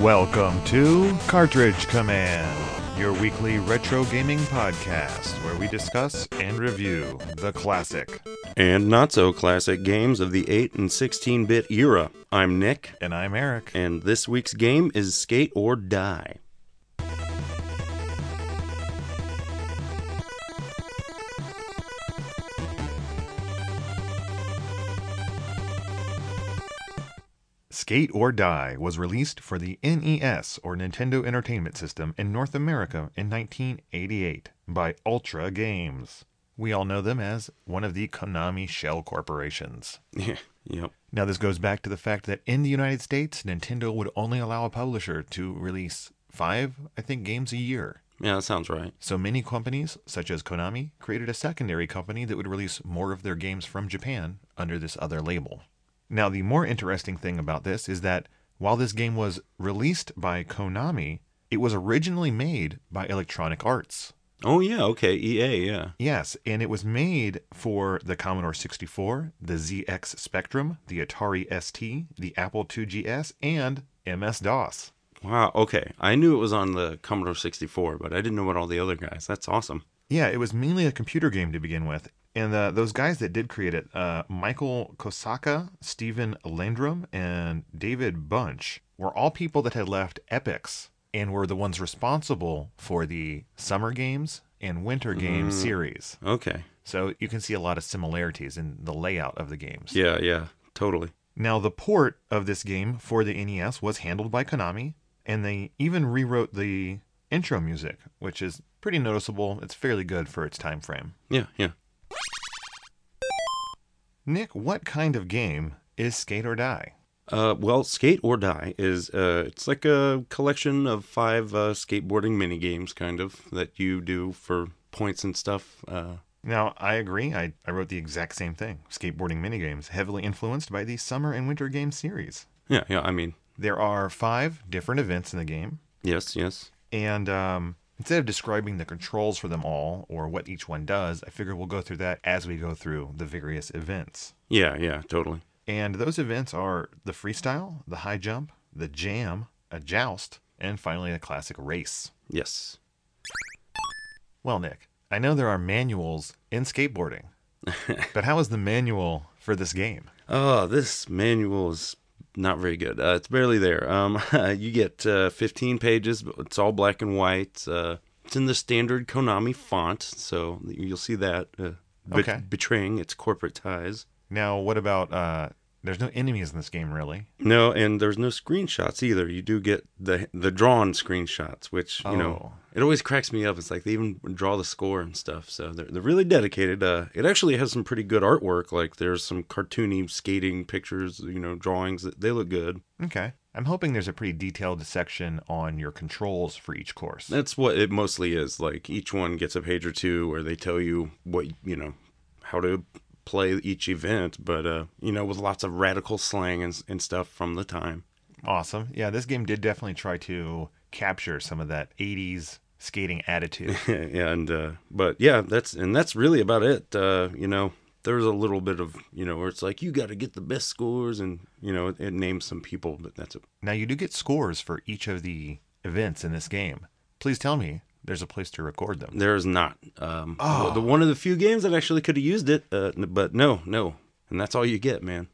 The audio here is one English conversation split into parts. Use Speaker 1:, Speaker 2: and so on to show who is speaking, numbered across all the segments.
Speaker 1: Welcome to Cartridge Command, your weekly retro gaming podcast where we discuss and review the classic.
Speaker 2: and not so classic games of the 8 and 16 bit era. I'm Nick,
Speaker 1: And I'm Eric.
Speaker 2: and this week's game is Skate or Die.
Speaker 1: Skate or Die was released for the NES or Nintendo Entertainment System in North America in 1988 by Ultra Games. We all know them as one of the Konami shell corporations.
Speaker 2: Yeah, yep.
Speaker 1: Now, this goes back to the fact that in the United States, Nintendo would only allow a publisher to release five, I think, games a year.
Speaker 2: Yeah, that sounds right.
Speaker 1: So many companies, such as Konami, created a secondary company that would release more of their games from Japan under this other label. Now, the more interesting thing about this is that while this game was released by Konami, it was originally made by Electronic Arts.
Speaker 2: Oh, yeah, okay, EA, yeah.
Speaker 1: Yes, and it was made for the Commodore 64, the ZX Spectrum, the Atari ST, the Apple 2GS, and MS DOS.
Speaker 2: Wow, okay. I knew it was on the Commodore 64, but I didn't know about all the other guys. That's awesome.
Speaker 1: Yeah, it was mainly a computer game to begin with. And uh, those guys that did create it, uh, Michael Kosaka, Stephen Landrum, and David Bunch, were all people that had left Epics and were the ones responsible for the Summer Games and Winter Games series.
Speaker 2: Okay.
Speaker 1: So you can see a lot of similarities in the layout of the games.
Speaker 2: Yeah, yeah, totally.
Speaker 1: Now, the port of this game for the NES was handled by Konami, and they even rewrote the intro music, which is pretty noticeable. It's fairly good for its time frame.
Speaker 2: Yeah, yeah.
Speaker 1: Nick, what kind of game is Skate or Die?
Speaker 2: Uh, well, Skate or Die is uh, it's like a collection of five uh, skateboarding mini games, kind of that you do for points and stuff. Uh,
Speaker 1: Now, I agree. I, I wrote the exact same thing. Skateboarding minigames, heavily influenced by the Summer and Winter Games series.
Speaker 2: yeah, yeah. I mean,
Speaker 1: There are five different events in the game,
Speaker 2: yes, yes.
Speaker 1: and um, instead of describing the controls for them all or what each one does, I figure we'll go through that as we go through the various events.
Speaker 2: Yeah, yeah, totally.
Speaker 1: And those events are the freestyle, the high jump, the jam, a joust, and finally a classic race.
Speaker 2: Yes.
Speaker 1: Well, Nick, I know there are manuals in skateboarding, but how is the manual for this game?
Speaker 2: Oh, this manual is not very good. Uh, it's barely there. Um, you get uh, 15 pages, but it's all black and white. Uh, it's in the standard Konami font, so you'll see that uh, bet-
Speaker 1: Okay.
Speaker 2: betraying its corporate ties.
Speaker 1: Now, what about uh, there's no enemies in this game, really?
Speaker 2: No, and there's no screenshots either. You do get the the drawn screenshots, which you know
Speaker 1: Oh.
Speaker 2: it always cracks me up. It's like they even draw the score and stuff, so they're they're really dedicated. Uh, it actually has some pretty good artwork. Like there's some cartoony skating pictures, you know, drawings that they look good.
Speaker 1: Okay. I'm hoping there's a pretty detailed section on your controls for each course.
Speaker 2: That's what it mostly is. Like each one gets a page or two where they tell you what you know how to play each event, but uh, you know with lots of radical slang and and stuff from the time.
Speaker 1: Awesome. Yeah, this game did definitely try to capture some of that 80s skating attitude.
Speaker 2: and uh, but yeah, that's and that's really about it. Uh, you know, there's a little bit of you know where it's like you got to get the best scores, and you know it, it names some people, but that's it.
Speaker 1: now, you do get scores for each of the events in this game. Please tell me there's a place to record them.
Speaker 2: There is not um,
Speaker 1: Oh.
Speaker 2: the one of the few games that actually could have used it, uh, n- but no, no, and that's all you get, man.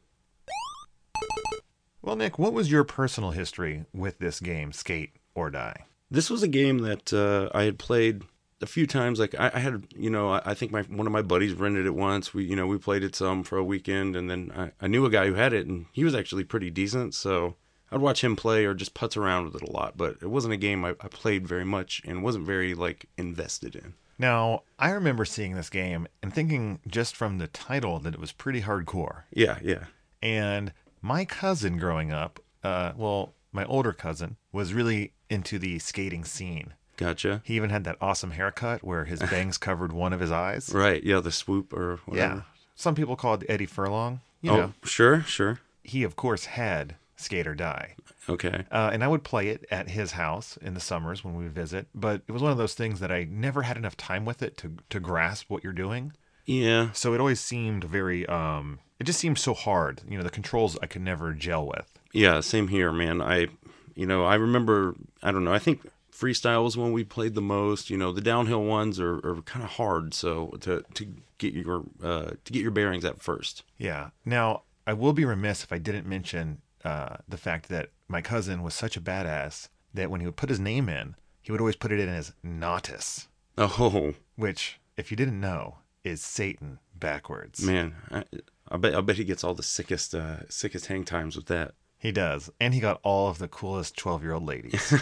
Speaker 1: Well, Nick, what was your personal history with this game, Skate or Die?
Speaker 2: This was a game that uh, I had played a few times. Like I, I had, you know, I, I think my one of my buddies rented it once. We, you know, we played it some for a weekend, and then I, I knew a guy who had it, and he was actually pretty decent. So I'd watch him play or just putz around with it a lot. But it wasn't a game I, I played very much and wasn't very like invested in.
Speaker 1: Now, I remember seeing this game and thinking just from the title that it was pretty hardcore.
Speaker 2: Yeah, yeah,
Speaker 1: And my cousin growing up, uh, well, my older cousin, was really into the skating scene.
Speaker 2: gotcha.
Speaker 1: He even had that awesome haircut where his bangs covered one of his eyes.
Speaker 2: Right, yeah, the swoop or
Speaker 1: Yeah.
Speaker 2: whatever.
Speaker 1: Some people call it Eddie Furlong. You
Speaker 2: oh,
Speaker 1: know,
Speaker 2: sure, sure.
Speaker 1: he, of course, had Skate or Die.
Speaker 2: Okay.
Speaker 1: Uh, and I would play it at his house in the summers when we would visit. But it was one of those things that I never had enough time with it to to grasp what you're doing.
Speaker 2: Yeah.
Speaker 1: So it always seemed very. Um, it just seemed so hard. You know, the controls I could never gel with.
Speaker 2: Yeah, same here, man. I You know, I remember, I don't know, I think freestyle was one we played the most. You know, the downhill ones are, are kind of hard, so to to get your uh, to get your bearings at first.
Speaker 1: Yeah. Now, I will be remiss if I didn't mention uh, the fact that my cousin was such a badass that when he would put his name in, he would always put it in as Nautis,
Speaker 2: Oh
Speaker 1: which, if you didn't know, is Satan backwards.
Speaker 2: man, I, I bet I bet he gets all the sickest uh, sickest hang times with that.
Speaker 1: He does. And he got all of the coolest 12 year old ladies.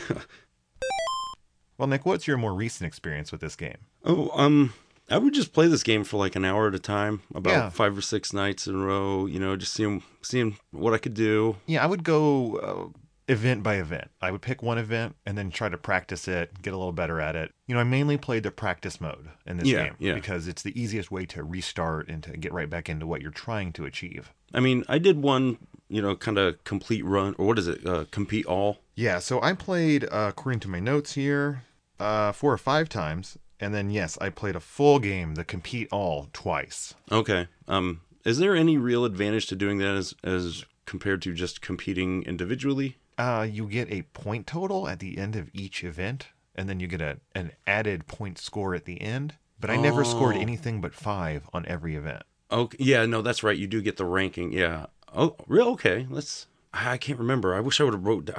Speaker 1: well, Nick, what's your more recent experience with this game?
Speaker 2: Oh, um, I would just play this game for like an hour at a time, about
Speaker 1: Yeah.
Speaker 2: five or six nights in a row. You know, just seeing seeing what I could do.
Speaker 1: Yeah, I would go uh, event by event. I would pick one event and then try to practice it, get a little better at it. You know, I mainly played the practice mode in this
Speaker 2: Yeah,
Speaker 1: game
Speaker 2: yeah.
Speaker 1: because it's the easiest way to restart and to get right back into what you're trying to achieve.
Speaker 2: I mean, I did one, you know, kind of complete run, or what is it? Uh, compete all.
Speaker 1: Yeah, so I played, uh, according to my notes here, uh, four or five times. And then, yes, I played a full game, the compete all, twice.
Speaker 2: Okay. Um, is there any real advantage to doing that as as compared to just competing individually?
Speaker 1: Uh, you get a point total at the end of each event, and then you get a, an added point score at the end. But I never scored
Speaker 2: Oh.
Speaker 1: anything but five on every event.
Speaker 2: Okay. Yeah. No, that's right. You do get the ranking. Yeah. Oh, real. Okay. Let's. I I can't remember. I wish I would have wrote. d-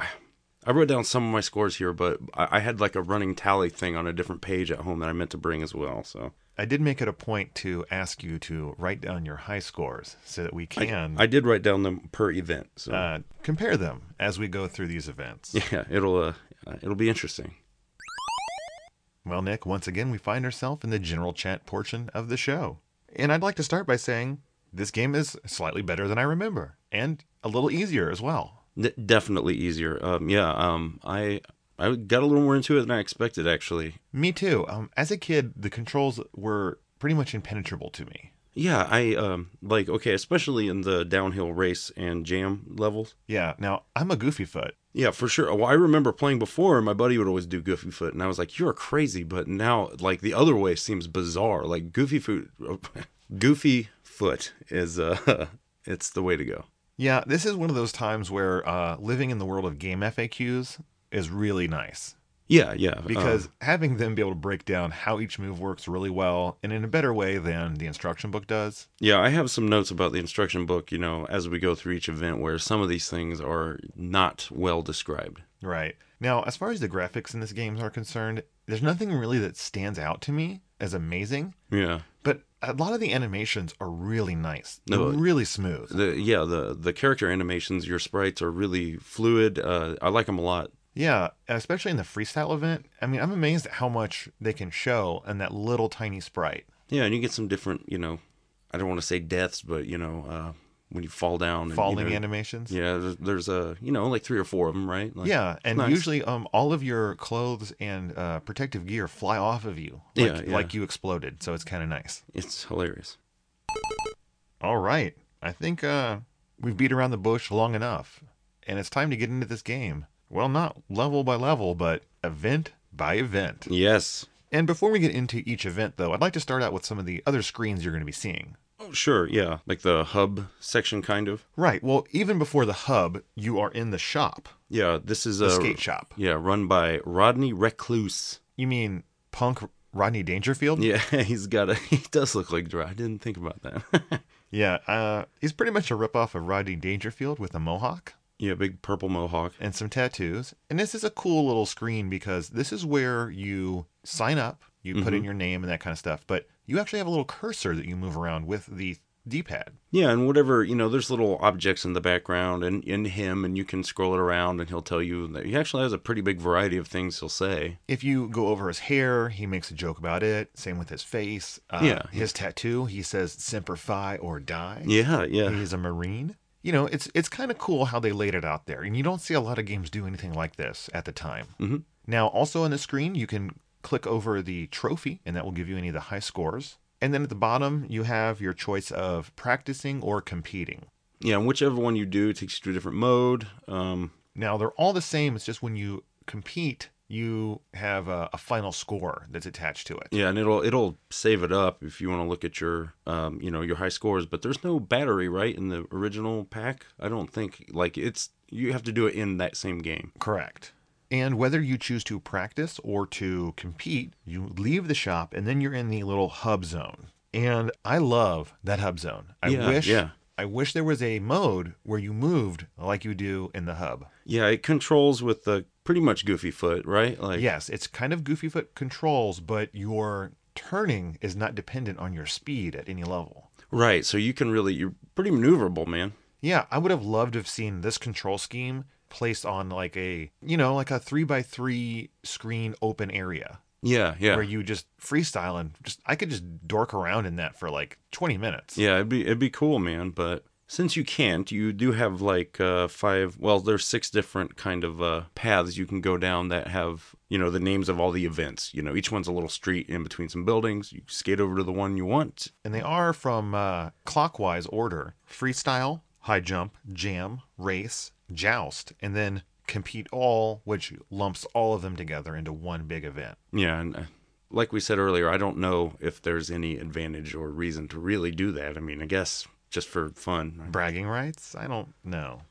Speaker 2: I wrote down some of my scores here, but I I had like a running tally thing on a different page at home that I meant to bring as well. So
Speaker 1: I did make it a point to ask you to write down your high scores so that we
Speaker 2: I-
Speaker 1: can
Speaker 2: I, did write down them per event. So
Speaker 1: uh, compare them as we go through these events.
Speaker 2: yeah, it'll uh, uh, it'll be interesting.
Speaker 1: Well, Nick, once again, we find ourselves in the general chat portion of the show. And I'd like to start by saying this game is slightly better than I remember and a little easier as well.
Speaker 2: N- definitely easier. Um, yeah. Um, I I got a little more into it than I expected actually.
Speaker 1: Me too. Um, as a kid, the controls were pretty much impenetrable to me.
Speaker 2: Yeah, I um like okay, especially in the downhill race and jam levels.
Speaker 1: Yeah. Now I'm a goofy foot.
Speaker 2: Yeah, for sure. Well, I remember playing before, and my buddy would always do Goofy Foot, and I was like, "You're crazy," but now like the other way seems bizarre. Like Goofy Foot, Goofy Foot is uh, it's the way to go.
Speaker 1: Yeah. This is one of those times where uh, living in the world of game FAQs is really nice
Speaker 2: Yeah, yeah. uh,
Speaker 1: because having them be able to break down how each move works really well and in a better way than the instruction book does.
Speaker 2: yeah, I have some notes about the instruction book. You know, as we go through each event, where some of these things are not well described.
Speaker 1: Right. Now, as far as the graphics in this game are concerned, there's nothing really that stands out to me as amazing,
Speaker 2: Yeah.
Speaker 1: but a lot of the animations are really nice. They're
Speaker 2: No,
Speaker 1: really smooth.
Speaker 2: the yeah the the character animations your sprites are really fluid uh i like them a lot
Speaker 1: Yeah, especially in the freestyle event. I mean, I'm amazed at how much they can show in that little tiny sprite.
Speaker 2: yeah and you get some different you know i don't want to say deaths but you know uh when you fall down and, you
Speaker 1: Falling
Speaker 2: know,
Speaker 1: animations.
Speaker 2: yeah there's, there's a you know like three or four of them right Like-
Speaker 1: Yeah, and
Speaker 2: Nice.
Speaker 1: usually um, all of your clothes and uh, protective gear fly off of you like,
Speaker 2: Yeah, yeah.
Speaker 1: like you exploded, so it's kind of nice.
Speaker 2: it's hilarious
Speaker 1: All right, I think uh, we've beat around the bush long enough, and it's time to get into this game. Well, not level by level, but event by event.
Speaker 2: yes
Speaker 1: And before we get into each event, though, I'd like to start out with some of the other screens you're going to be seeing.
Speaker 2: oh sure yeah like the hub section kind of
Speaker 1: Right. Well, even before the hub, you are in the shop,
Speaker 2: yeah this is
Speaker 1: the
Speaker 2: a
Speaker 1: skate shop.
Speaker 2: yeah run by rodney recluse
Speaker 1: You mean punk Rodney Dangerfield?
Speaker 2: yeah he's got a he does look like Dra- i didn't think about that
Speaker 1: Yeah. uh, he's pretty much a ripoff of Rodney Dangerfield with a mohawk
Speaker 2: yeah big purple mohawk
Speaker 1: and some tattoos. And this is a cool little screen because this is where you sign up, you put
Speaker 2: Mm-hmm.
Speaker 1: in your name and that kind of stuff, but you actually have a little cursor that you move around with the D pad.
Speaker 2: Yeah, and whatever you know, there's little objects in the background and in him, and you can scroll it around, and he'll tell you. That he actually has a pretty big variety of things he'll say.
Speaker 1: If you go over his hair, he makes a joke about it. Same with his face. Uh,
Speaker 2: Yeah.
Speaker 1: His tattoo, he says, Semper Fi or die.
Speaker 2: Yeah, yeah,
Speaker 1: He's a marine. You know, it's it's kind of cool how they laid it out there, and you don't see a lot of games do anything like this at the time.
Speaker 2: Mhm.
Speaker 1: Now, also on the screen, you can click over the trophy, and that will give you any of the high scores. And then at the bottom, you have your choice of practicing or competing.
Speaker 2: Mm-hmm. yeah. And whichever one you do takes you to a different mode. Um,
Speaker 1: Now, they're all the same. It's just when you compete, you have a, a final score that's attached to it.
Speaker 2: yeah, and it'll it'll save it up if you want to look at your um, you know, your high scores. But there's no battery, right, in the original pack. I don't think like it's you have to do it in that same game.
Speaker 1: Correct. And whether you choose to practice or to compete, you leave the shop and then you're in the little hub zone. And I love that hub zone. I
Speaker 2: Yeah,
Speaker 1: wish
Speaker 2: yeah.
Speaker 1: I wish there was a mode where you moved like you do in the hub.
Speaker 2: Yeah, it controls with the pretty much goofy foot, right? Like
Speaker 1: Yes, it's kind of goofy foot controls, but your turning is not dependent on your speed at any level.
Speaker 2: right. So you can really you're pretty maneuverable, man.
Speaker 1: Yeah, I would have loved to have seen this control scheme placed on like a, you know, like a three by three screen open area
Speaker 2: Yeah, yeah.
Speaker 1: where you just freestyle and just, I could just dork around in that for like 20 minutes.
Speaker 2: Yeah, it'd be it'd be cool, man. But since you can't, you do have like uh, five. Well, there's six different kind of uh, paths you can go down that have you know the names of all the events. You know, each one's a little street in between some buildings. You skate over to the one you want.
Speaker 1: And they are from uh, clockwise order freestyle, high jump, jam, race, joust, and then compete all, which lumps all of them together into one big event.
Speaker 2: Yeah, and uh, like we said earlier, I don't know if there's any advantage or reason to really do that. I mean, I guess just for fun.
Speaker 1: bragging rights? I don't know.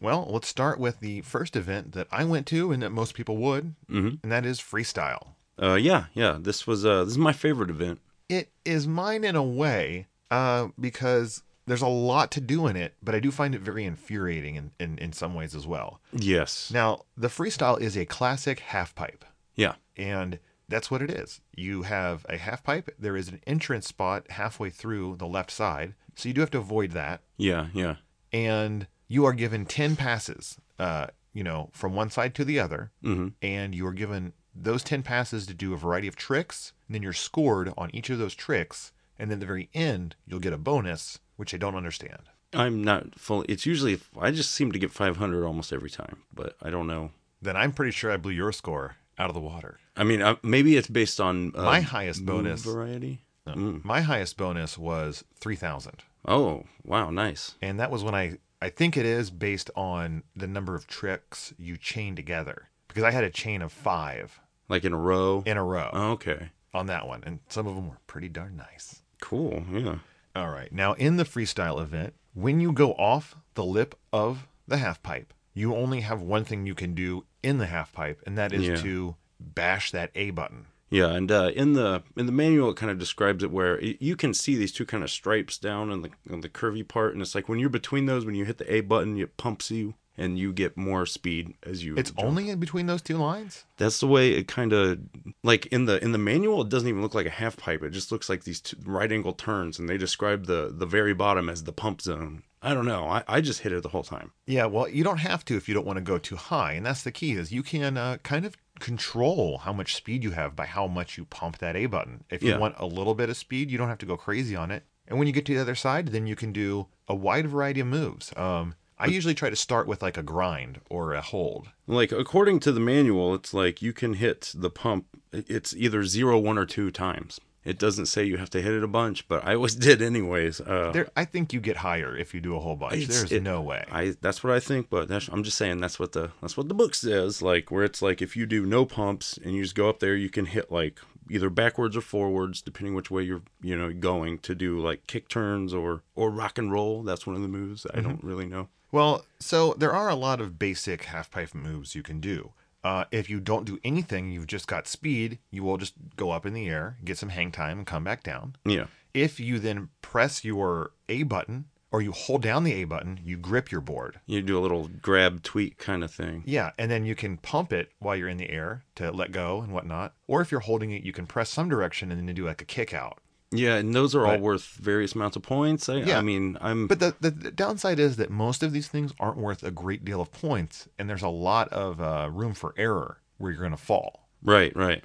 Speaker 1: Well, let's start with the first event that I went to and that most people would,
Speaker 2: Mhm.
Speaker 1: and that is freestyle.
Speaker 2: Uh, yeah, yeah. This was uh, this is my favorite event.
Speaker 1: It is mine in a way uh, because there's a lot to do in it, but I do find it very infuriating in, in, in some ways as well.
Speaker 2: Yes.
Speaker 1: Now, the freestyle is a classic half pipe.
Speaker 2: Yeah.
Speaker 1: And that's what it is. You have a half pipe, there is an entrance spot halfway through the left side, so you do have to avoid that.
Speaker 2: Yeah. Yeah.
Speaker 1: and you are given 10 passes uh you know from one side to the other
Speaker 2: Mm-hmm.
Speaker 1: and you are given those 10 passes to do a variety of tricks and then you're scored on each of those tricks and then at the very end you'll get a bonus which i don't understand
Speaker 2: I'm not fully. It's usually I just seem to get 500 almost every time, but I don't know.
Speaker 1: then i'm pretty sure i blew your score out of the water
Speaker 2: I mean, I, maybe it's based on uh,
Speaker 1: my highest
Speaker 2: move
Speaker 1: bonus
Speaker 2: variety.
Speaker 1: no,
Speaker 2: Mm.
Speaker 1: my highest bonus was 3000
Speaker 2: Oh, wow, nice.
Speaker 1: and that was when i i think it is based on the number of tricks you chain together because i had a chain of five
Speaker 2: Like in a row.
Speaker 1: in a row
Speaker 2: Oh, okay,
Speaker 1: on that one, and some of them were pretty darn nice.
Speaker 2: cool. Yeah.
Speaker 1: All right, now in the freestyle event, when you go off the lip of the half pipe, you only have one thing you can do in the half pipe, and that is
Speaker 2: Yeah.
Speaker 1: to bash that A button.
Speaker 2: Yeah, and uh, in the in the manual, it kind of describes it where y- you can see these two kind of stripes down on the on the curvy part, and it's like when you're between those, when you hit the A button, it pumps you, and you get more speed as you.
Speaker 1: It's
Speaker 2: jump.
Speaker 1: only in between those two lines?
Speaker 2: That's the way it kind of like in the in the manual. It doesn't even look like a half pipe. It just looks like these two right angle turns, and they describe the the very bottom as the pump zone. I don't know. I, I just hit it the whole time.
Speaker 1: Yeah, well, you don't have to if you don't want to go too high, and that's the key is you can uh, kind of control how much speed you have by how much you pump that A button. If you
Speaker 2: Yeah.
Speaker 1: want a little bit of speed, you don't have to go crazy on it. And when you get to the other side, then you can do a wide variety of moves. Um, I usually try to start with like a grind or a hold.
Speaker 2: Like according to the manual, it's like you can hit the pump. It's either zero, one, or two times. It doesn't say you have to hit it a bunch, but I always did anyways. Uh,
Speaker 1: There, I think you get higher if you do a whole bunch.
Speaker 2: It's-
Speaker 1: There's
Speaker 2: it-
Speaker 1: no way.
Speaker 2: I that's what I think, but that's, I'm just saying that's what the that's what the book says. Like where it's like if you do no pumps and you just go up there, you can hit like either backwards or forwards, depending which way you're you know going to do like kick turns or or rock and roll. That's one of the moves. I
Speaker 1: Mm-hmm.
Speaker 2: don't really know.
Speaker 1: Well, so there are a lot of basic half pipe moves you can do. Uh, if you don't do anything, you've just got speed, you will just go up in the air, get some hang time, and come back down.
Speaker 2: Yeah,
Speaker 1: If you then press your A button or you hold down the A button, you grip your board.
Speaker 2: you do a little grab tweak kind of thing.
Speaker 1: Yeah, and then you can pump it while you're in the air to let go and whatnot. Or if you're holding it, you can press some direction and then do like a kick out.
Speaker 2: Yeah, and those are all
Speaker 1: Right.
Speaker 2: worth various amounts of points. I,
Speaker 1: Yeah.
Speaker 2: I mean, I'm
Speaker 1: But the, the, the downside is that most of these things aren't worth a great deal of points, and there's a lot of uh, room for error where you're going to fall.
Speaker 2: right, right.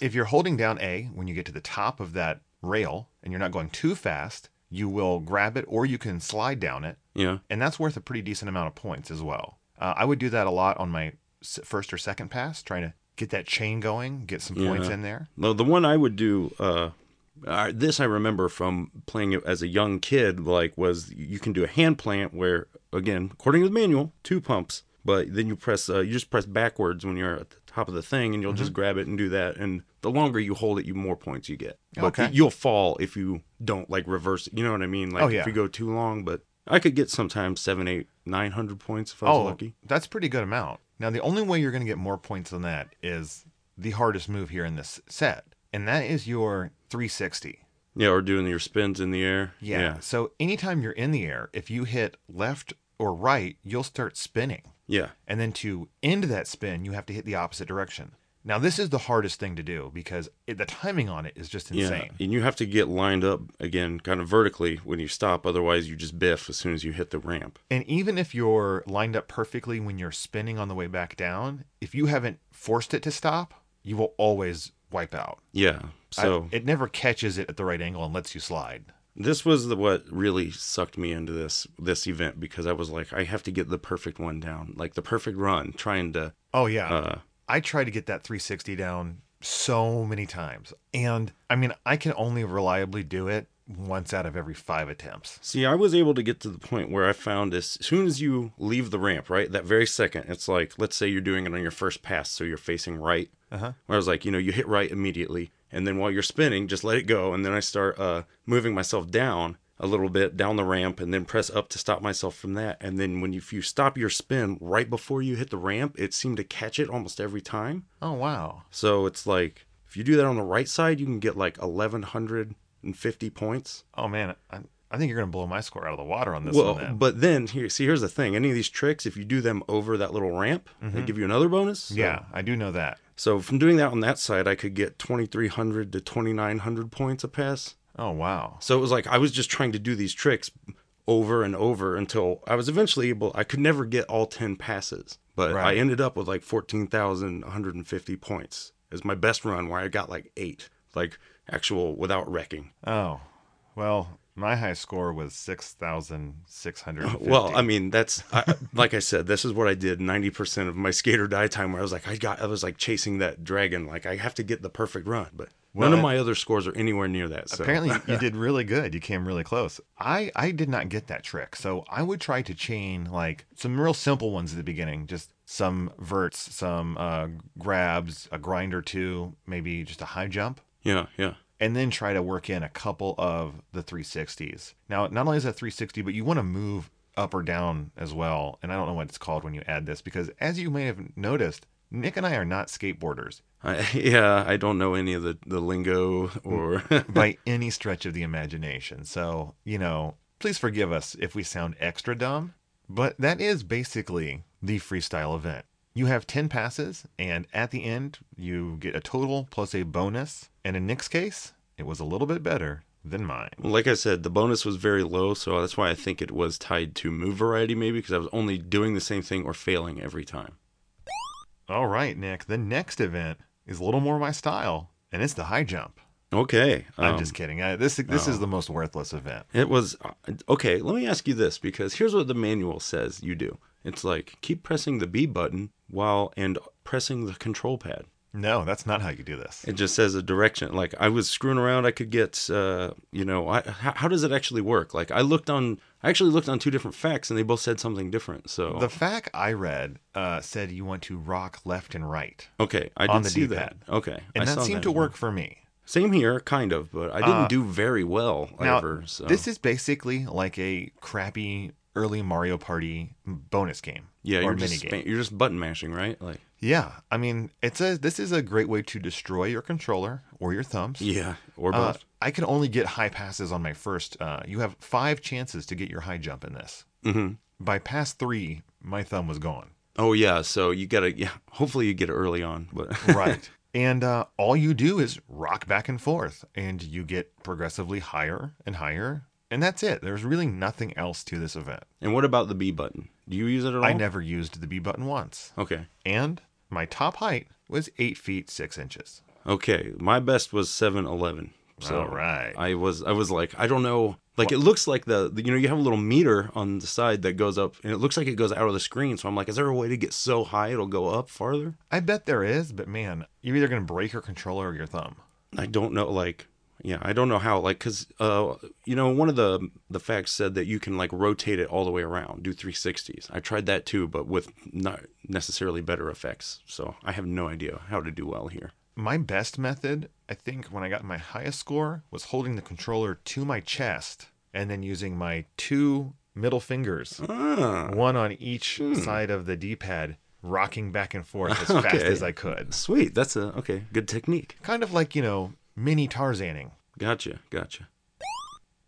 Speaker 1: If you're holding down A when you get to the top of that rail and you're not going too fast, you will grab it or you can slide down it,
Speaker 2: Yeah,
Speaker 1: and that's worth a pretty decent amount of points as well. Uh, I would do that a lot on my s- first or second pass, trying to get that chain going, get some points
Speaker 2: Yeah.
Speaker 1: in there.
Speaker 2: No, the one I would do. Uh, I, this I remember from playing it as a young kid. Like, was you can do a hand plant where, again, according to the manual, two pumps. But then you press, uh, you just press backwards when you're at the top of the thing, and you'll
Speaker 1: Mm-hmm.
Speaker 2: just grab it and do that. And the longer you hold it, you more points you get. But
Speaker 1: Okay.
Speaker 2: you'll fall if you don't like reverse. it. You know what I mean? Like
Speaker 1: Oh, yeah.
Speaker 2: if you go too long. But I could get sometimes seven, eight 900 points if I was
Speaker 1: Oh.
Speaker 2: lucky.
Speaker 1: that's pretty good amount. Now, the only way you're going to get more points than that is the hardest move here in this set, and that is your 360.
Speaker 2: Yeah, or doing your spins in the air. Yeah.
Speaker 1: So anytime you're in the air, if you hit left or right, you'll start spinning.
Speaker 2: Yeah.
Speaker 1: And then to end that spin, you have to hit the opposite direction. Now, this is the hardest thing to do because it, the timing on it is just
Speaker 2: Yeah.
Speaker 1: insane.
Speaker 2: And you have to get lined up again, kind of vertically when you stop. Otherwise, you just biff as soon as you hit the ramp.
Speaker 1: And even if you're lined up perfectly when you're spinning on the way back down, if you haven't forced it to stop, you will always wipe out.
Speaker 2: Yeah.
Speaker 1: I-
Speaker 2: So
Speaker 1: it never catches it at the right angle and lets you slide.
Speaker 2: this was the, what really sucked me into this this event because I was like, I have to get the perfect one down, like the perfect run, trying to.
Speaker 1: Oh yeah.
Speaker 2: Uh,
Speaker 1: I try to get that 360 down so many times. And I mean, I can only reliably do it once out of every 5 attempts.
Speaker 2: See, I was able to get to the point where I found as soon as you leave the ramp, right, that very second, it's like, let's say you're doing it on your first pass, so you're facing right.
Speaker 1: Uh-huh.
Speaker 2: Where I was like, you know, you hit right immediately, and then while you're spinning, just let it go, and then I start uh, moving myself down a little bit down the ramp, and then press up to stop myself from that, and then when you, if you stop your spin right before you hit the ramp, it seemed to catch it almost every time.
Speaker 1: Oh wow.
Speaker 2: So it's like, if you do that on the right side, you can get like 1150 points.
Speaker 1: Oh man, I, I think you're going to blow my score out of the water on this
Speaker 2: Well,
Speaker 1: one. Then.
Speaker 2: but then here, see, here's the thing. Any of these tricks, if you do them over that little ramp, they give you another bonus. So-
Speaker 1: Mm-hmm. yeah, I do know that.
Speaker 2: So from doing that on that side, I could get 2,300 to 2,900 points a pass.
Speaker 1: Oh wow.
Speaker 2: So it was like I was just trying to do these tricks over and over until I was eventually able. I could never get all 10 passes, but
Speaker 1: Right.
Speaker 2: I ended up with like 14,150 points as my best run, where I got like eight, like actual without wrecking.
Speaker 1: Oh. Well, my high score was 6650.
Speaker 2: Well, I mean, that's I, like I said. This is what I did. Ninety percent of my skater die time, where I was like, I got, I was like chasing that dragon. Like I have to get the perfect run, but none
Speaker 1: Well,
Speaker 2: of my other scores are anywhere near that. So.
Speaker 1: Apparently, you did really good. You came really close. I I did not get that trick, so I would try to chain like some real simple ones at the beginning, just some verts, some uh, grabs, a grind or two, maybe just a high jump,
Speaker 2: yeah, yeah,
Speaker 1: and then try to work in a couple of the 360s. Now, not only is that 360, but you want to move up or down as well. And I don't know what it's called when you add this because, as you may have noticed, Nick and I are not skateboarders
Speaker 2: I, yeah. I don't know any of the the lingo or
Speaker 1: by any stretch of the imagination. So, you know, please forgive us if we sound extra dumb, but that is basically the freestyle event. You have 10 passes, and at the end, you get a total plus a bonus. And in Nick's case, it was a little bit better than mine.
Speaker 2: like I said, the bonus was very low, so that's why I think it was tied to move variety, maybe because I was only doing the same thing or failing every time.
Speaker 1: All right, Nick, the next event is a little more my style, and it's the high jump.
Speaker 2: Okay,
Speaker 1: I'm
Speaker 2: um,
Speaker 1: just kidding. I, this this is the most worthless event.
Speaker 2: It was uh, okay. Let me ask you this because here's what the manual says you do. It's like keep pressing the B button while and pressing the control pad.
Speaker 1: No, that's not how you do this.
Speaker 2: It just says a direction. Like I was screwing around, I could get, uh, you know, I, how, how does it actually work? Like I looked on, I actually looked on two different facts and they both said something different. So
Speaker 1: The fact I read uh, said you want to rock left and right.
Speaker 2: okay, I
Speaker 1: on
Speaker 2: did
Speaker 1: the
Speaker 2: see that.
Speaker 1: D-pad.
Speaker 2: Okay,
Speaker 1: and
Speaker 2: I
Speaker 1: that
Speaker 2: saw
Speaker 1: seemed to
Speaker 2: one.
Speaker 1: work for me.
Speaker 2: Same here, kind of, but I didn't
Speaker 1: Uh,
Speaker 2: do very well ever. So
Speaker 1: This is basically like a crappy early Mario Party bonus game.
Speaker 2: yeah,
Speaker 1: or
Speaker 2: you're
Speaker 1: mini
Speaker 2: just
Speaker 1: game.
Speaker 2: span- you're just button mashing, right? Like
Speaker 1: Yeah, I mean, it's a this is a great way to destroy your controller or your thumbs.
Speaker 2: yeah, or
Speaker 1: Uh,
Speaker 2: both.
Speaker 1: I can only get high passes on my first. Uh, you have five chances to get your high jump in this.
Speaker 2: mm-hmm.
Speaker 1: By pass three, my thumb was gone.
Speaker 2: Oh yeah, so you gotta yeah. Hopefully you get it early on, but
Speaker 1: Right. and uh, all you do is rock back and forth, and you get progressively higher and higher. And that's it. There's really nothing else to this event.
Speaker 2: and what about the B button? Do you use it at all?
Speaker 1: I never used the B button once.
Speaker 2: Okay,
Speaker 1: And my top height was 8 feet 6 inches.
Speaker 2: okay. My best was seven eleven. So
Speaker 1: All right.
Speaker 2: I was I was like I don't know. Like it looks like the, the- you know you have a little meter on the side that goes up and it looks like it goes out of the screen. So I'm like, is there a way to get so high it'll go up farther?
Speaker 1: I bet there is, but man, you're either going to break your controller or your thumb.
Speaker 2: I don't know. Like yeah, I don't know how. Like because uh you know one of the the facts said that you can like rotate it all the way around, do 360s. I tried that too, but with not necessarily better effects. So I have no idea how to do well here.
Speaker 1: My best method, I think, when I got my highest score was holding the controller to my chest and then using my two middle fingers,
Speaker 2: Ah,
Speaker 1: one on each side of the D pad, rocking back and forth as fast
Speaker 2: Okay.
Speaker 1: as I could.
Speaker 2: sweet. That's a okay. Good technique.
Speaker 1: Kind of like, you know, mini Tarzaning.
Speaker 2: Gotcha. Gotcha.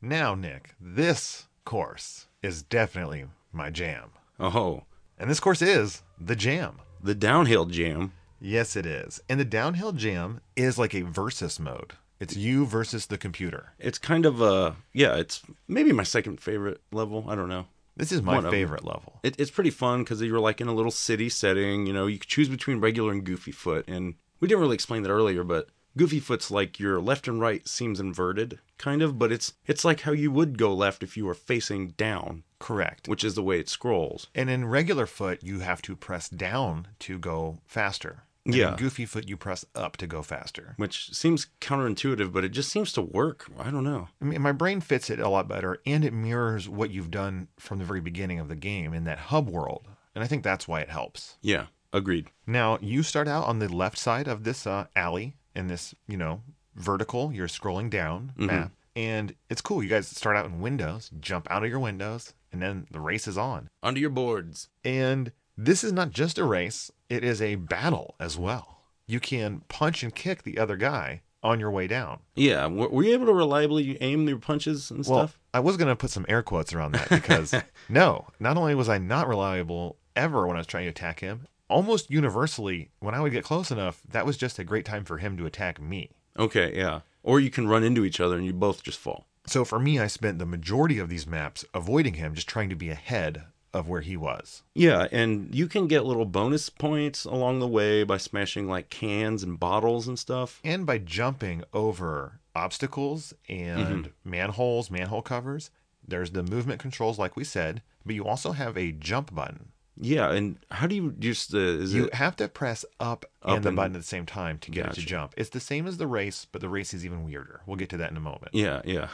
Speaker 1: Now, Nick, this course is definitely my jam.
Speaker 2: Oh,
Speaker 1: And this course is the jam.
Speaker 2: the downhill jam.
Speaker 1: Yes, it is. And the downhill jam is like a versus mode. It's you versus the computer.
Speaker 2: It's kind of a yeah. It's maybe my second favorite level. I don't know.
Speaker 1: This is my
Speaker 2: One of 'em.
Speaker 1: favorite level.
Speaker 2: It, it's pretty fun because you're like in a little city setting. You know, you could choose between regular and goofy foot. And we didn't really explain that earlier, but goofy foot's like your left and right seems inverted, kind of. But it's it's like how you would go left if you were facing down,
Speaker 1: Correct.
Speaker 2: which is the way it scrolls.
Speaker 1: And in regular foot, you have to press down to go faster. And in
Speaker 2: Yeah.
Speaker 1: goofy foot, you press up to go faster.
Speaker 2: Which seems counterintuitive, but it just seems to work. I don't know.
Speaker 1: I mean, my brain fits it a lot better, and it mirrors what you've done from the very beginning of the game in that hub world. And I think that's why it helps.
Speaker 2: Yeah, agreed.
Speaker 1: Now, you start out on the left side of this uh, alley in this, you know, vertical. You're scrolling down map, and it's cool. You guys start out in windows, jump out of your windows, and then the race is on.
Speaker 2: Onto your boards.
Speaker 1: And this is not just a race, it is a battle as well. You can punch and kick the other guy on your way down.
Speaker 2: Yeah, were, were you able to reliably aim your punches and
Speaker 1: Well,
Speaker 2: stuff?
Speaker 1: I was going to put some air quotes around that because no, not only was I not reliable ever when I was trying to attack him, almost universally, when I would get close enough, that was just a great time for him to attack me.
Speaker 2: Okay, yeah. Or you can run into each other and you both just fall.
Speaker 1: So for me, I spent the majority of these maps avoiding him, just trying to be ahead of where he was.
Speaker 2: Yeah, and you can get little bonus points along the way by smashing like cans and bottles and stuff.
Speaker 1: and by jumping over obstacles and
Speaker 2: Mm-hmm.
Speaker 1: manholes, manhole covers. There's the movement controls, like we said, but you also have a jump button.
Speaker 2: Yeah, and how do you just uh, is
Speaker 1: You
Speaker 2: it
Speaker 1: have to press up,
Speaker 2: Up
Speaker 1: and the
Speaker 2: and-
Speaker 1: button at the same time to get it
Speaker 2: Gotcha.
Speaker 1: to jump. It's the same as the race, but the race is even weirder. We'll get to that in a moment.
Speaker 2: Yeah, yeah.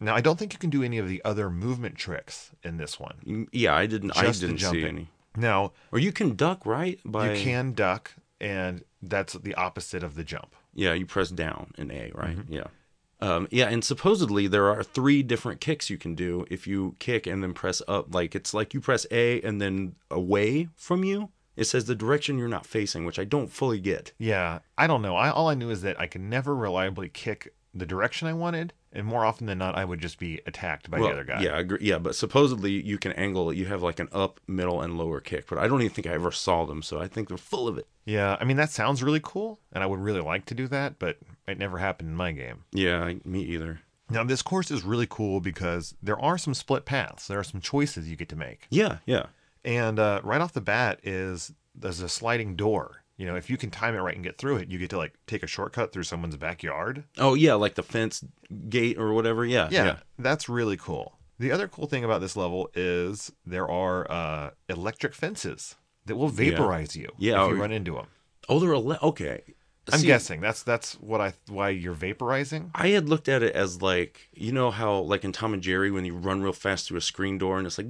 Speaker 1: Now, I don't think you can do any of the other movement tricks in this one.
Speaker 2: Mm, yeah, I didn't I
Speaker 1: Just the
Speaker 2: didn't see
Speaker 1: jumping.
Speaker 2: any.
Speaker 1: Now,
Speaker 2: Or you can duck, right? By
Speaker 1: you can duck, and that's the opposite of the jump.
Speaker 2: Yeah, you press down and A, right?
Speaker 1: Mm-hmm.
Speaker 2: Yeah. Um, yeah, and supposedly there are three different kicks you can do if you kick and then press up. Like it's like you press A and then away from you. It says the direction you're not facing, which I don't fully get.
Speaker 1: Yeah, I don't know. I all I knew is that I could never reliably kick the direction I wanted, and more often than not, I would just be attacked by
Speaker 2: Well,
Speaker 1: the other guy.
Speaker 2: Yeah, I agree. Yeah, but supposedly you can angle. You have like an up, middle, and lower kick. But I don't even think I ever saw them, so I think they're full of it.
Speaker 1: Yeah, I mean that sounds really cool, and I would really like to do that, but it never happened in my game.
Speaker 2: Yeah, I- me either.
Speaker 1: Now this course is really cool because there are some split paths. There are some choices you get to make,
Speaker 2: Yeah, yeah,
Speaker 1: and uh, right off the bat is there's a sliding door. You know, if you can time it right and get through it, you get to like take a shortcut through someone's backyard.
Speaker 2: oh yeah, like the fence gate or whatever. Yeah,
Speaker 1: yeah, that's really cool. The other cool thing about this level is there are uh, electric fences that will vaporize you
Speaker 2: Yeah,
Speaker 1: if you
Speaker 2: or-
Speaker 1: run into them.
Speaker 2: Oh, they're ele- okay.
Speaker 1: I'm
Speaker 2: See,
Speaker 1: guessing that's that's what I why you're vaporizing.
Speaker 2: I had looked at it as like you know how like in Tom and Jerry when you run real fast through a screen door and it's like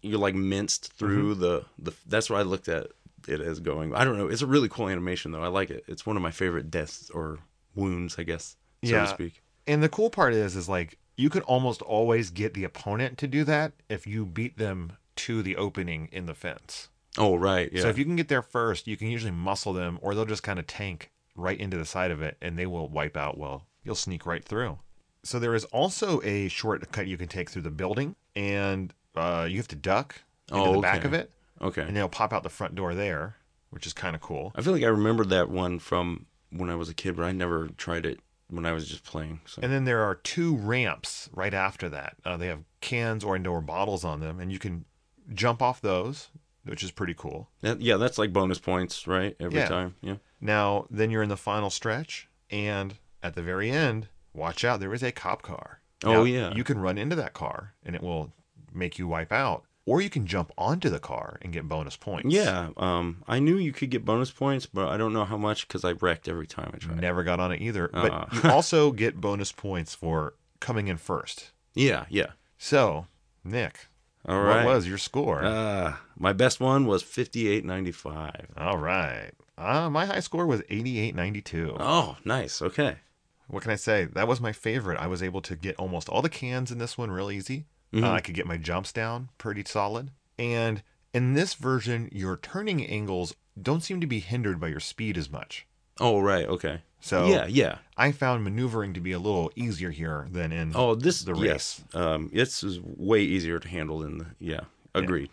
Speaker 2: you're like minced through
Speaker 1: Mm-hmm.
Speaker 2: the the. That's what I looked at it as going. I don't know. It's a really cool animation though. I like it. It's one of my favorite deaths or wounds, I guess, so
Speaker 1: Yeah.
Speaker 2: to speak.
Speaker 1: And the cool part is is like you could almost always get the opponent to do that if you beat them to the opening in the fence.
Speaker 2: Oh right, yeah.
Speaker 1: So if you can get there first, you can usually muscle them or they'll just kind of tank right into the side of it and they will wipe out well. You'll sneak right through. So there is also a shortcut you can take through the building and uh, you have to duck into
Speaker 2: Oh,
Speaker 1: the back
Speaker 2: okay.
Speaker 1: of it
Speaker 2: okay.
Speaker 1: and they'll pop out the front door there, which is kind of cool.
Speaker 2: I feel like I remembered that one from when I was a kid, but I never tried it when I was just playing. So
Speaker 1: And then there are two ramps right after that. Uh, they have cans or indoor bottles on them and you can jump off those, which is pretty cool.
Speaker 2: that, yeah, that's like bonus points, right? Every
Speaker 1: Yeah.
Speaker 2: time. Yeah.
Speaker 1: Now, then you're in the final stretch, and at the very end, watch out, there is a cop car.
Speaker 2: Oh,
Speaker 1: Now,
Speaker 2: yeah.
Speaker 1: You can run into that car and it will make you wipe out, or you can jump onto the car and get bonus points.
Speaker 2: Yeah. Um, I knew you could get bonus points, but I don't know how much because I wrecked every time I tried.
Speaker 1: Never got on it either.
Speaker 2: Uh-uh.
Speaker 1: But you also get bonus points for coming in first.
Speaker 2: Yeah. Yeah.
Speaker 1: So, Nick,
Speaker 2: All
Speaker 1: Mm-hmm. what
Speaker 2: right.
Speaker 1: was your score?
Speaker 2: Uh, my best one was fifty-eight ninety-five.
Speaker 1: All right. Uh, my high score was 88.92.
Speaker 2: Oh, nice. Okay.
Speaker 1: What can I say? That was my favorite. I was able to get almost all the cans in this one real easy.
Speaker 2: Mm-hmm.
Speaker 1: Uh, I could get my jumps down pretty solid. And in this version, your turning angles don't seem to be hindered by your speed as much.
Speaker 2: Oh right, okay.
Speaker 1: So
Speaker 2: yeah, yeah.
Speaker 1: I found maneuvering to be a little easier here than in.
Speaker 2: Oh, this
Speaker 1: the
Speaker 2: Yes, um, this is way easier to handle than the. Yeah, agreed.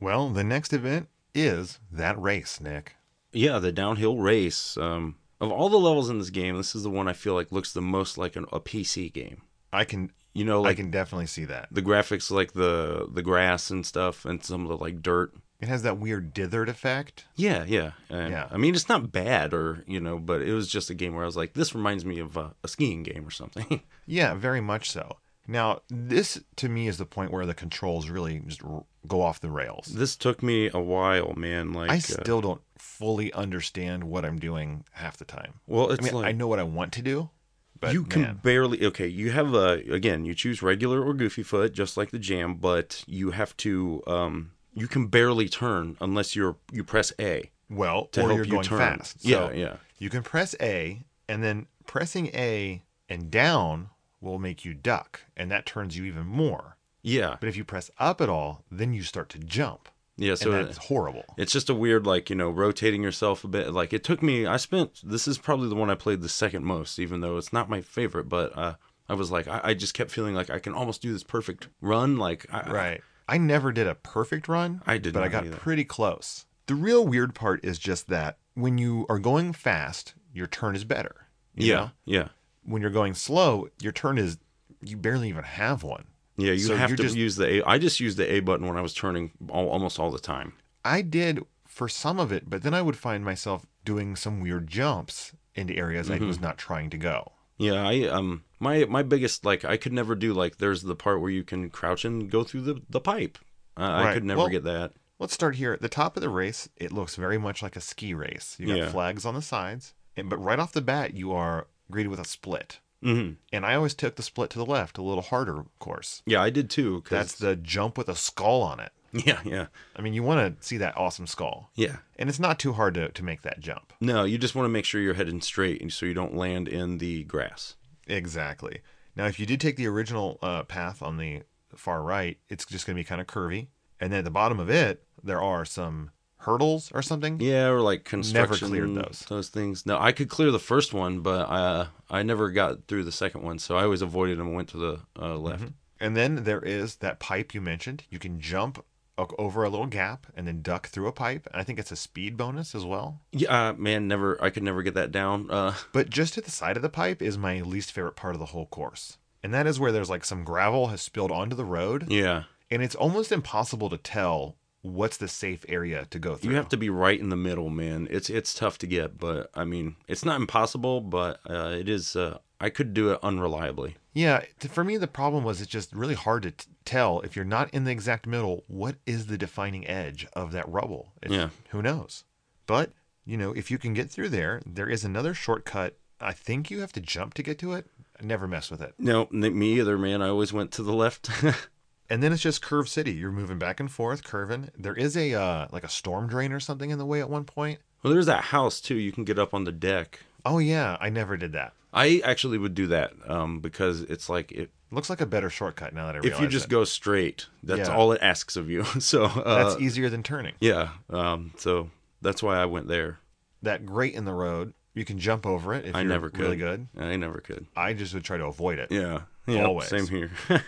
Speaker 1: Well, the next event is that race, Nick.
Speaker 2: Yeah, the downhill race. Um, of all the levels in this game, this is the one I feel like looks the most like an, a PC game.
Speaker 1: I can
Speaker 2: You know,
Speaker 1: I
Speaker 2: like
Speaker 1: can definitely see that.
Speaker 2: the graphics, like the the grass and stuff, and some of the like dirt.
Speaker 1: It has that weird dithered effect.
Speaker 2: Yeah, yeah, and,
Speaker 1: Yeah.
Speaker 2: I mean, it's not bad, or you know, but it was just a game where I was like, this reminds me of uh, a, a skiing game or something.
Speaker 1: Yeah, very much so. Now, this to me is the point where the controls really just r- go off the rails.
Speaker 2: this took me a while, man. Like,
Speaker 1: I
Speaker 2: uh,
Speaker 1: still don't fully understand what I'm doing half the time.
Speaker 2: well, it's
Speaker 1: I mean,
Speaker 2: like
Speaker 1: I know what I want to do, but
Speaker 2: you can
Speaker 1: man,
Speaker 2: barely okay you have a again you choose regular or goofy foot just like the jam but you have to um you can barely turn unless you're you press a
Speaker 1: well,
Speaker 2: to
Speaker 1: or
Speaker 2: help
Speaker 1: you're
Speaker 2: you
Speaker 1: going
Speaker 2: turn
Speaker 1: fast.
Speaker 2: yeah
Speaker 1: So
Speaker 2: yeah
Speaker 1: you can press A, and then pressing A and down will make you duck, and that turns you even more.
Speaker 2: yeah
Speaker 1: But if you press up at all, then you start to jump,
Speaker 2: yeah so
Speaker 1: and that's horrible.
Speaker 2: it's just a weird like you know rotating yourself a bit like it took me i spent this is probably the one i played the second most even though it's not my favorite but uh i was like i, I just kept feeling like i can almost do this perfect run like I,
Speaker 1: Right. I never did a perfect run.
Speaker 2: I did
Speaker 1: but I
Speaker 2: not
Speaker 1: got
Speaker 2: either.
Speaker 1: pretty close. The real weird part is just that when you are going fast, your turn is better. you
Speaker 2: yeah
Speaker 1: know?
Speaker 2: yeah
Speaker 1: When you're going slow, your turn is you barely even have one.
Speaker 2: yeah, you
Speaker 1: So
Speaker 2: have
Speaker 1: you're
Speaker 2: to
Speaker 1: just-
Speaker 2: use the A. I just used the A button when I was turning all, almost all the time.
Speaker 1: I did for some of it, but then I would find myself doing some weird jumps into areas
Speaker 2: Mm-hmm.
Speaker 1: I was not trying to go.
Speaker 2: Yeah, I um my my biggest like I could never do like there's the part where you can crouch and go through the the pipe. Uh, I
Speaker 1: Right.
Speaker 2: could never
Speaker 1: Well-
Speaker 2: get that.
Speaker 1: Let's start here at the top of the race. It looks very much like a ski race. You got
Speaker 2: Yeah.
Speaker 1: flags on the sides, and, but right off the bat, you are greeted with a split.
Speaker 2: hmm
Speaker 1: And I always took the split to the left, a little harder of course.
Speaker 2: Yeah, I did too. 'cause-
Speaker 1: That's the jump with a skull on it.
Speaker 2: yeah, yeah,
Speaker 1: I mean, you want to see that awesome skull.
Speaker 2: yeah.
Speaker 1: And it's not too hard to, to make that jump.
Speaker 2: No, you just want to make sure you're heading straight and so you don't land in the grass.
Speaker 1: Exactly. Now, if you did take the original uh, path on the far right, it's just going to be kind of curvy. And then at the bottom of it, there are some hurdles or something.
Speaker 2: Yeah, or like construction.
Speaker 1: cleared those.
Speaker 2: Those things. No, I could clear the first one, but uh, I never got through the second one, so I always avoided them and went to the uh, left.
Speaker 1: And then there is that pipe you mentioned. You can jump o- over a little gap and then duck through a pipe. And I think it's a speed bonus as well.
Speaker 2: Yeah, uh, man, never. I could never get that down. Uh,
Speaker 1: But just to the side of the pipe is my least favorite part of the whole course. And that is where there's like some gravel has spilled onto the road,
Speaker 2: yeah.
Speaker 1: and it's almost impossible to tell what's the safe area to go through.
Speaker 2: You have to be right in the middle, man. It's it's tough to get, but I mean, it's not impossible, but uh, it is. Uh, I could do it unreliably.
Speaker 1: yeah, t- for me, the problem was it's just really hard to t- tell if you're not in the exact middle, what is the defining edge of that rubble? It's-
Speaker 2: Yeah.
Speaker 1: Who knows? But, you know, if you can get through there, there is another shortcut. I think you have to jump to get to it. Never mess with it.
Speaker 2: No, n- me either, man. I always went to the left.
Speaker 1: and then it's just curve city you're moving back and forth curving there is a uh, like a storm drain or something in the way at one point
Speaker 2: well, there's that house too. You can get up on the deck.
Speaker 1: oh yeah i never did that
Speaker 2: I actually would do that um, because it's like it,
Speaker 1: looks like a better shortcut now that i realize
Speaker 2: if you just
Speaker 1: it.
Speaker 2: go straight, that's
Speaker 1: Yeah.
Speaker 2: all it asks of you. so uh,
Speaker 1: that's e- easier than turning
Speaker 2: yeah, um, so that's why I went there.
Speaker 1: that grate in the road you can jump over it if
Speaker 2: I
Speaker 1: you're
Speaker 2: never could.
Speaker 1: really good
Speaker 2: I never could.
Speaker 1: i just would try to avoid it
Speaker 2: Yeah, yeah.
Speaker 1: Always.
Speaker 2: Same here.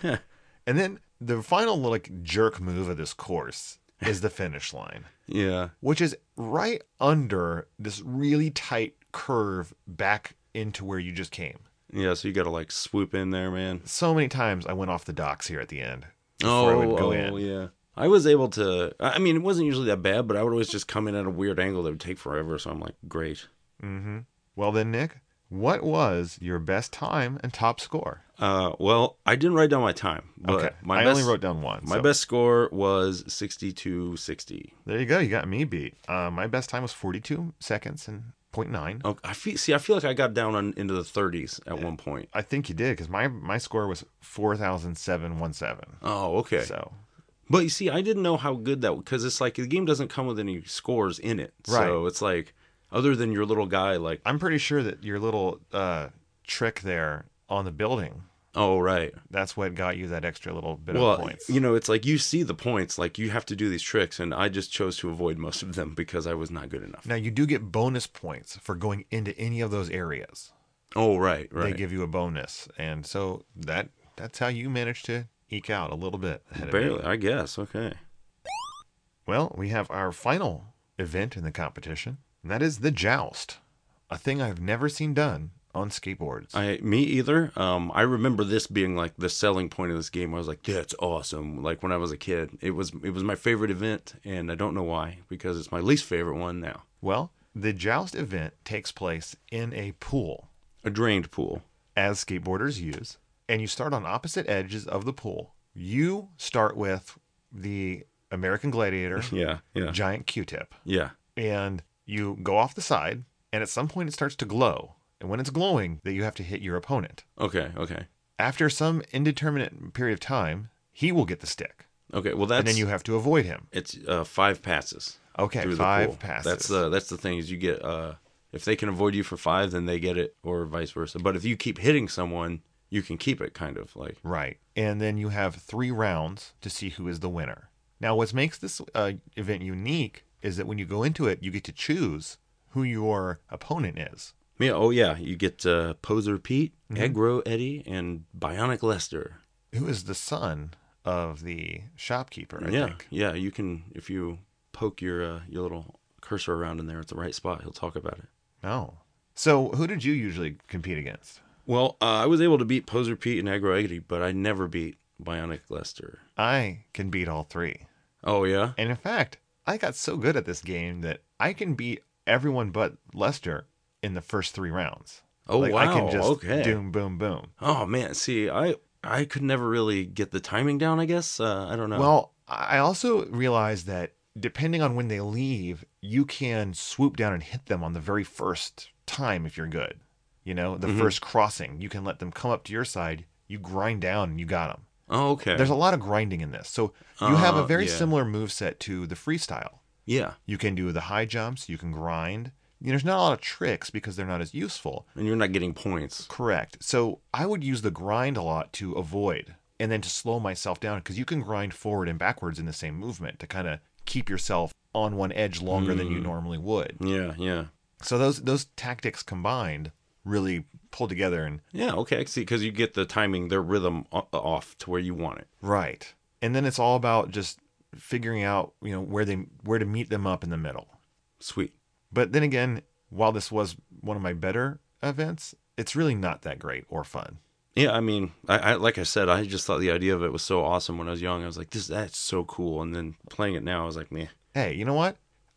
Speaker 1: and then the final like jerk move of this course is the finish line
Speaker 2: yeah,
Speaker 1: which is right under this really tight curve back into where you just came
Speaker 2: yeah. So you got to like swoop in there, man.
Speaker 1: so many times i went off the docks here at the end
Speaker 2: oh,
Speaker 1: before I would go
Speaker 2: oh,
Speaker 1: in.
Speaker 2: yeah. I was able to. I I mean, it wasn't usually that bad, but I would always just come in at a weird angle that would take forever. So I'm like, great.
Speaker 1: Mm-hmm. Well, then, Nick, what was your best time and top score?
Speaker 2: Uh, well, I didn't write down my time. But
Speaker 1: okay,
Speaker 2: my
Speaker 1: I
Speaker 2: best,
Speaker 1: only wrote down one.
Speaker 2: my
Speaker 1: so
Speaker 2: best score was 62 60.
Speaker 1: There you go. You got me beat. Uh, my best time was forty-two seconds and point nine.
Speaker 2: Oh, I feel see. I feel like I got down on, into the 30s at one point.
Speaker 1: I think you did because my my score was four thousand seven one seven.
Speaker 2: Oh, okay.
Speaker 1: So
Speaker 2: But you see, I didn't know how good that because it's like the game doesn't come with any scores in it. So
Speaker 1: Right.
Speaker 2: it's like other than your little guy, like
Speaker 1: I'm pretty sure that your little uh, trick there on the building
Speaker 2: Oh, right.
Speaker 1: That's what got you that extra little bit
Speaker 2: well,
Speaker 1: of points.
Speaker 2: you know, it's like you see the points, like you have to do these tricks, and I just chose to avoid most of them because I was not good enough.
Speaker 1: now you do get bonus points for going into any of those areas.
Speaker 2: Oh, right,
Speaker 1: They
Speaker 2: right.
Speaker 1: give you a bonus, and so that that's how you manage to eke out a little bit. ahead of me.
Speaker 2: Barely, I guess. Okay.
Speaker 1: Well, we have our final event in the competition, and that is the joust, a thing I've never seen done on skateboards.
Speaker 2: I me either. Um, I remember this being like the selling point of this game. I was like, "That's awesome!" Like when I was a kid, it was it was my favorite event, and I don't know why because it's my least favorite one now.
Speaker 1: well, the joust event takes place in a pool,
Speaker 2: A drained pool.
Speaker 1: as skateboarders use, and you start on opposite edges of the pool. You start with the American Gladiator
Speaker 2: Yeah, yeah,
Speaker 1: giant Q tip,
Speaker 2: yeah.
Speaker 1: and you go off the side, and at some point it starts to glow. And when it's glowing, that you have to hit your opponent.
Speaker 2: Okay, okay,
Speaker 1: After some indeterminate period of time, he will get the stick.
Speaker 2: okay. Well, that's
Speaker 1: and then you have to avoid him.
Speaker 2: it's uh, five passes.
Speaker 1: Okay,
Speaker 2: through the
Speaker 1: five
Speaker 2: pool.
Speaker 1: passes.
Speaker 2: That's the that's the thing is you get uh, if they can avoid you for five, then they get it, or vice versa. But if you keep hitting someone, you can keep it kind of like
Speaker 1: right. And then you have three rounds to see who is the winner. Now, what makes this uh, event unique is that when you go into it, you get to choose who your opponent is.
Speaker 2: Yeah. Oh, yeah. You get uh, Poser Pete,
Speaker 1: Mm-hmm.
Speaker 2: Agro Eddie, and Bionic Lester.
Speaker 1: Who is the son of the shopkeeper? I
Speaker 2: yeah.
Speaker 1: think.
Speaker 2: Yeah. You can if you poke your uh, your little cursor around in there at the right spot, he'll talk about it.
Speaker 1: No. Oh. So, who did you usually compete against?
Speaker 2: Well, uh, I was able to beat Poser Pete and Agro Eddie, but I never beat Bionic Lester.
Speaker 1: I can beat all three.
Speaker 2: Oh yeah.
Speaker 1: And in fact, I got so good at this game that I can beat everyone but Lester in the first three rounds.
Speaker 2: Oh
Speaker 1: like,
Speaker 2: wow.
Speaker 1: I can just
Speaker 2: okay.
Speaker 1: doom, boom, boom.
Speaker 2: Oh man. See, I I could never really get the timing down. I guess. Uh, I don't know.
Speaker 1: Well, I also realized that depending on when they leave, you can swoop down and hit them on the very first time if you're good. You know, the
Speaker 2: Mhm.
Speaker 1: first crossing, you can let them come up to your side, you grind down, and you got them.
Speaker 2: Oh okay.
Speaker 1: There's a lot of grinding in this. So you have a
Speaker 2: Uh,
Speaker 1: very
Speaker 2: yeah.
Speaker 1: similar move set to the freestyle.
Speaker 2: yeah.
Speaker 1: You can do the high jumps, you can grind. You know, there's not a lot of tricks because they're not as useful.
Speaker 2: And you're not getting points.
Speaker 1: Correct. So I would use the grind a lot to avoid and then to slow myself down because you can grind forward and backwards in the same movement to kind of keep yourself on one edge longer than you
Speaker 2: Mm.
Speaker 1: normally would.
Speaker 2: Yeah. Yeah.
Speaker 1: So those those tactics combined really pull together and
Speaker 2: Yeah, okay, I can see, because you get the timing, their rhythm o- off to where you want it.
Speaker 1: right. And then it's all about just figuring out, you know, where they where to meet them up in the middle.
Speaker 2: Sweet.
Speaker 1: But then again, while this was one of my better events, it's really not that great or fun.
Speaker 2: Yeah, I mean, I, I like I said, I just thought the idea of it was so awesome when I was young. I was like, this that's so cool, and then playing it now, I was like, meh.
Speaker 1: Hey, you know what?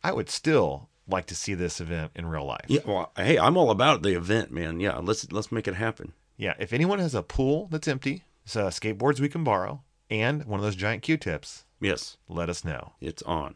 Speaker 1: I would still like to see this event in real life.
Speaker 2: Yeah, well, hey, I'm all about the event, man. Yeah, let's let's make it happen.
Speaker 1: Yeah, if anyone has a pool that's empty, so skateboards we can borrow, and one of those giant Q-tips,
Speaker 2: Yes,
Speaker 1: let us know.
Speaker 2: it's on.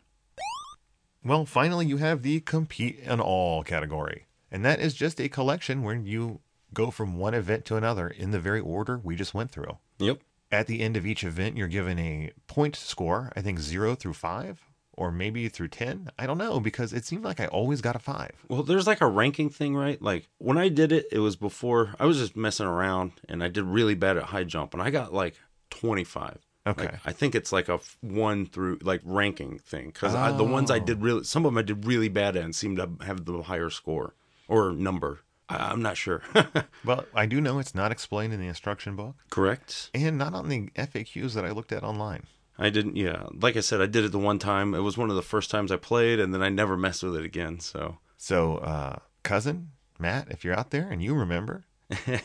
Speaker 1: Well, finally, you have the compete in all category, and that is just a collection where you go from one event to another in the very order we just went through.
Speaker 2: Yep.
Speaker 1: At the end of each event, you're given a point score, I think zero through five, or maybe through 10. I don't know, because it seemed like I always got a five.
Speaker 2: Well, there's like a ranking thing, right? Like when I did it, it was before I was just messing around, and I did really bad at high jump, and I got like 25.
Speaker 1: Okay.
Speaker 2: Like, I think it's like a f- one through like ranking thing because the ones I did really, some of them I did really bad at and seemed to have the higher score or number. I, I'm not sure.
Speaker 1: Well, I do know it's not explained in the instruction book
Speaker 2: Correct.
Speaker 1: and not on the FAQs that I looked at online.
Speaker 2: I didn't. Yeah, like I said, I did it the one time. It was one of the first times I played, and then I never messed with it again. So
Speaker 1: So, uh, cousin Matt, if you're out there and you remember,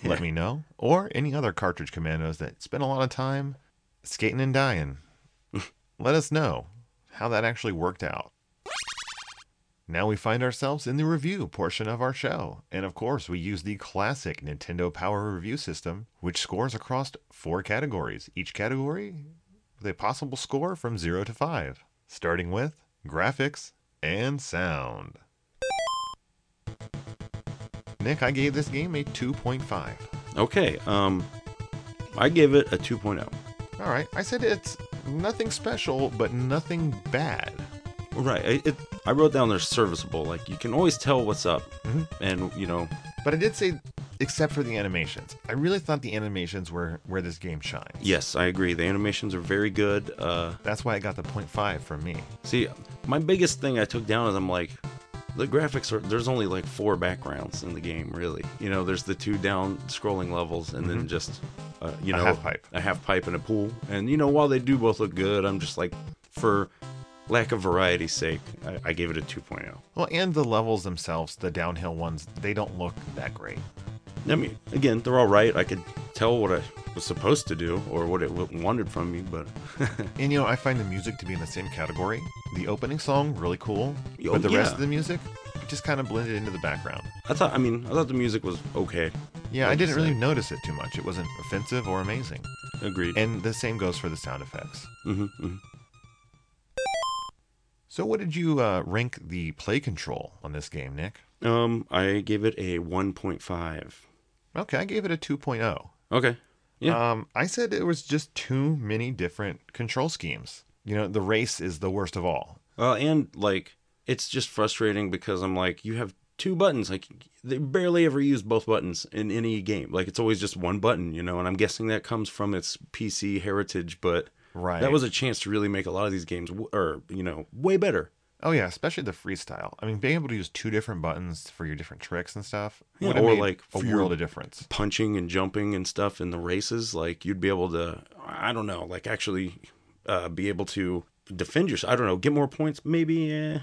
Speaker 1: let me know. Or any other cartridge commandos that spend a lot of time skating and dying. let us know how that actually worked out. Now we find ourselves in the review portion of our show. And of course, we use the classic Nintendo Power Review System, which scores across four categories, each category with a possible score from 0 to 5, starting with graphics and sound. Nick, I gave this game a 2.5.
Speaker 2: okay, um, I gave it a oh. 2.0.
Speaker 1: All right, I said it's nothing special, but nothing bad.
Speaker 2: Right. I- It, I wrote down there's serviceable. Like you can always tell what's up,
Speaker 1: Mhm.
Speaker 2: and you know,
Speaker 1: But I did say except for the animations. I really thought the animations were where this game shines.
Speaker 2: Yes, I agree. The animations are very good. Uh,
Speaker 1: That's why I got the 0.5 from me.
Speaker 2: see, my biggest thing I took down is I'm like, the graphics are there's only like four backgrounds in the game, really. You know, there's the two down scrolling levels, and then just uh, you
Speaker 1: Mm-hmm. A
Speaker 2: know
Speaker 1: half pipe.
Speaker 2: a half pipe and a pool. And you know, while they do both look good, I'm just like, for lack of variety's sake, I, I gave it a oh. 2.0.
Speaker 1: Well, and the levels themselves, the downhill ones, they don't look that great.
Speaker 2: I mean, again, they're all right. I could tell what I was supposed to do or what it w- wanted from me, but
Speaker 1: And you know, I find the music to be in the same category. The opening song, really cool,
Speaker 2: Oh,
Speaker 1: but the rest
Speaker 2: yeah.
Speaker 1: of the music just kind of blended into the background.
Speaker 2: I thought, I mean, I thought the music was okay.
Speaker 1: Yeah, I
Speaker 2: Like you
Speaker 1: didn't really
Speaker 2: said.
Speaker 1: notice it too much. It wasn't offensive or amazing.
Speaker 2: Agreed.
Speaker 1: And the same goes for the sound effects.
Speaker 2: hmm hmm
Speaker 1: So, what did you uh, rank the play control on this game, Nick?
Speaker 2: Um, I gave it a 1.5.
Speaker 1: Okay, I gave it a 2.0.
Speaker 2: Okay. Yeah.
Speaker 1: Um, I said it was just too many different control schemes. You know, the race is the worst of all.
Speaker 2: Uh, and like, it's just frustrating because I'm like, you have two buttons. Like, they barely ever use both buttons in any game. Like, it's always just one button, you know. And I'm guessing that comes from its PC heritage, but
Speaker 1: Right.
Speaker 2: that was a chance to really make a lot of these games, w- or you know, way better.
Speaker 1: oh yeah, especially the freestyle. I mean, being able to use two different buttons for your different tricks and stuff
Speaker 2: Yeah,
Speaker 1: would have
Speaker 2: or,
Speaker 1: made
Speaker 2: like,
Speaker 1: a
Speaker 2: for your-
Speaker 1: world of difference.
Speaker 2: punching and jumping and stuff in the races, like you'd be able to, I don't know, like actually uh, be able to defend yourself. I don't know, get more points, maybe. Eh.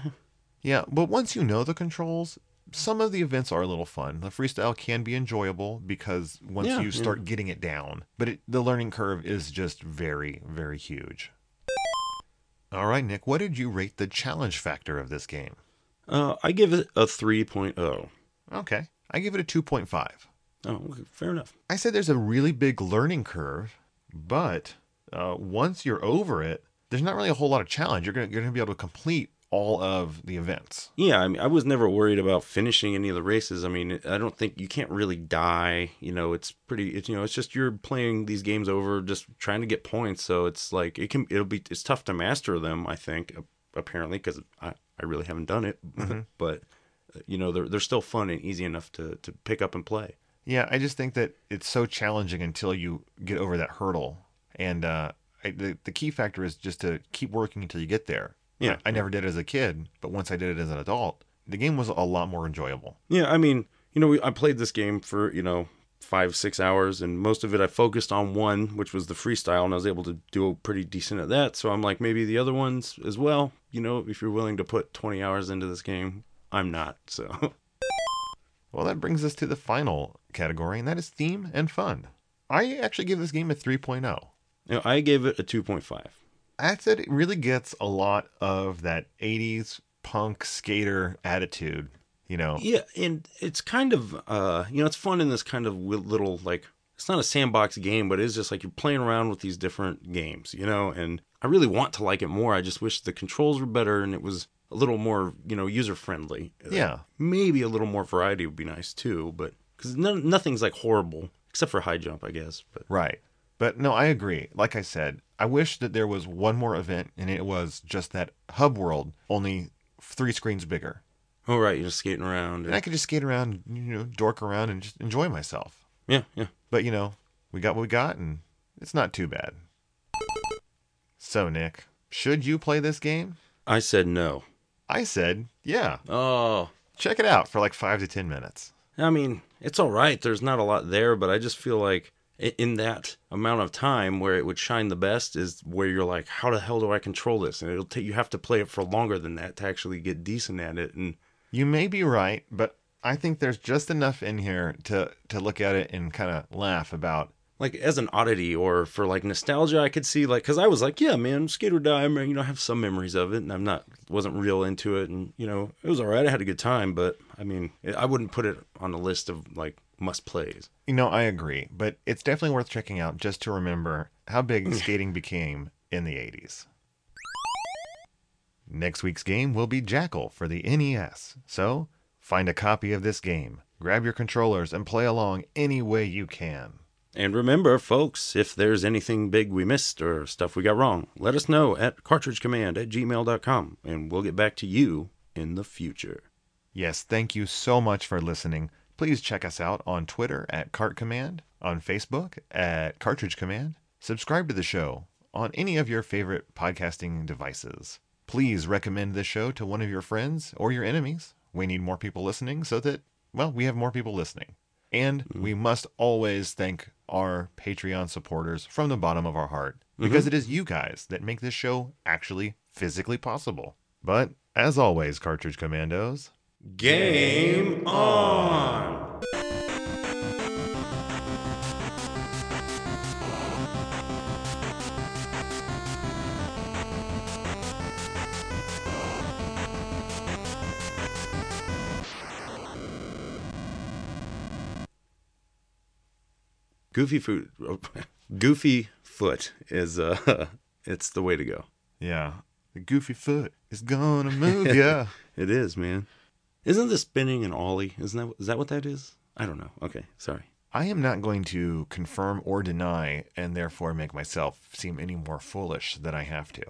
Speaker 1: Yeah, but once you know the controls, some of the events are a little fun. The freestyle can be enjoyable because once
Speaker 2: Yeah,
Speaker 1: you
Speaker 2: yeah.
Speaker 1: start getting it down, but it, the learning curve is just very, very huge. All right, Nick, what did you rate the challenge factor of this game?
Speaker 2: Uh, I give it a 3.0.
Speaker 1: Okay, I give it a 2.5.
Speaker 2: Oh, okay, fair enough.
Speaker 1: I said there's a really big learning curve, but uh, once you're over it, there's not really a whole lot of challenge. You're going you're going to be able to complete all of the events.
Speaker 2: Yeah, I mean, I was never worried about finishing any of the races. I mean, I don't think you can't really die. You know, it's pretty. It's you know, it's just you're playing these games over, just trying to get points. So it's like it can. It'll be. It's tough to master them. I think ap- apparently because I I really haven't done it, but uh, you know they're they're still fun and easy enough to to pick up and play.
Speaker 1: Yeah, I just think that it's so challenging until you get over that hurdle. And uh, I, the, the key factor is just to keep working until you get there.
Speaker 2: Yeah.
Speaker 1: I, I never did it as a kid, but once I did it as an adult, the game was a lot more enjoyable.
Speaker 2: Yeah, I mean, you know, we, I played this game for you know five six hours, and most of it I focused on one, which was the freestyle, and I was able to do pretty decent at that. So I'm like, maybe the other ones as well. You know, if you're willing to put 20 hours into this game, I'm not. So
Speaker 1: Well, that brings us to the final category, and that is theme and fun. I actually give this game a 3.0.
Speaker 2: you know, I gave it a 2.5.
Speaker 1: I said it really gets a lot of that 80s punk skater attitude, you know?
Speaker 2: Yeah, and it's kind of uh, you know, it's fun in this kind of wi- little like it's not a sandbox game, but it's just like you're playing around with these different games, you know. And I really want to like it more. I just wish the controls were better and it was a little more, you know, user friendly.
Speaker 1: Yeah.
Speaker 2: maybe a little more variety would be nice too, but because no, nothing's like horrible except for high jump, I guess. But
Speaker 1: Right. But no, I agree. Like I said, I wish that there was one more event and it was just that hub world, only three screens bigger.
Speaker 2: all oh, right, you're just skating around.
Speaker 1: And I
Speaker 2: And,
Speaker 1: could just skate around, you know, dork around and just enjoy myself.
Speaker 2: yeah, yeah.
Speaker 1: But, you know, we got what we got and it's not too bad. So, Nick, should you play this game?
Speaker 2: I said no.
Speaker 1: I said, yeah.
Speaker 2: Oh,
Speaker 1: Check it out for like five to 10 minutes.
Speaker 2: I mean, it's all right. There's not a lot there, but I just feel like i- in that amount of time where it would shine the best is where you're like, how the hell do I control this? And it'll take you have to play it for longer than that to actually get decent at it. And
Speaker 1: You may be right, but I think there's just enough in here to, to look at it and kind of laugh about
Speaker 2: like as an oddity or for like nostalgia, I could see like because I was like, yeah, man, skate or die. I mean, you know, I have some memories of it, and I'm not wasn't real into it, and you know, it was all right. I had a good time, but I mean, I wouldn't put it on the list of like must plays.
Speaker 1: You know, I agree, but it's definitely worth checking out just to remember how big skating became in the 80s. Next week's game will be Jackal for the NES, so find a copy of this game, grab your controllers, and play along any way you can.
Speaker 2: And remember, folks, if there's anything big we missed or stuff we got wrong, let us know at cartridgecommand at gmail.com and we'll get back to you in the future.
Speaker 1: Yes, thank you so much for listening Please check us out on Twitter at Cart Command, on Facebook at Cartridge Command. Subscribe to the show on any of your favorite podcasting devices. Please recommend this show to one of your friends or your enemies. We need more people listening so that, well, we have more people listening. And we must always thank our Patreon supporters from the bottom of our heart because it is you guys that make this show actually physically possible. But as always, Cartridge Commandos,
Speaker 2: Game on. Goofy food, Goofy Foot is uh, it's the way to go.
Speaker 1: yeah, the goofy foot is gonna move ya.
Speaker 2: It is, man. Isn't the spinning an ollie? Isn't that is that what that is? I don't know. Okay, sorry.
Speaker 1: I am not going to confirm or deny and therefore make myself seem any more foolish than I have to.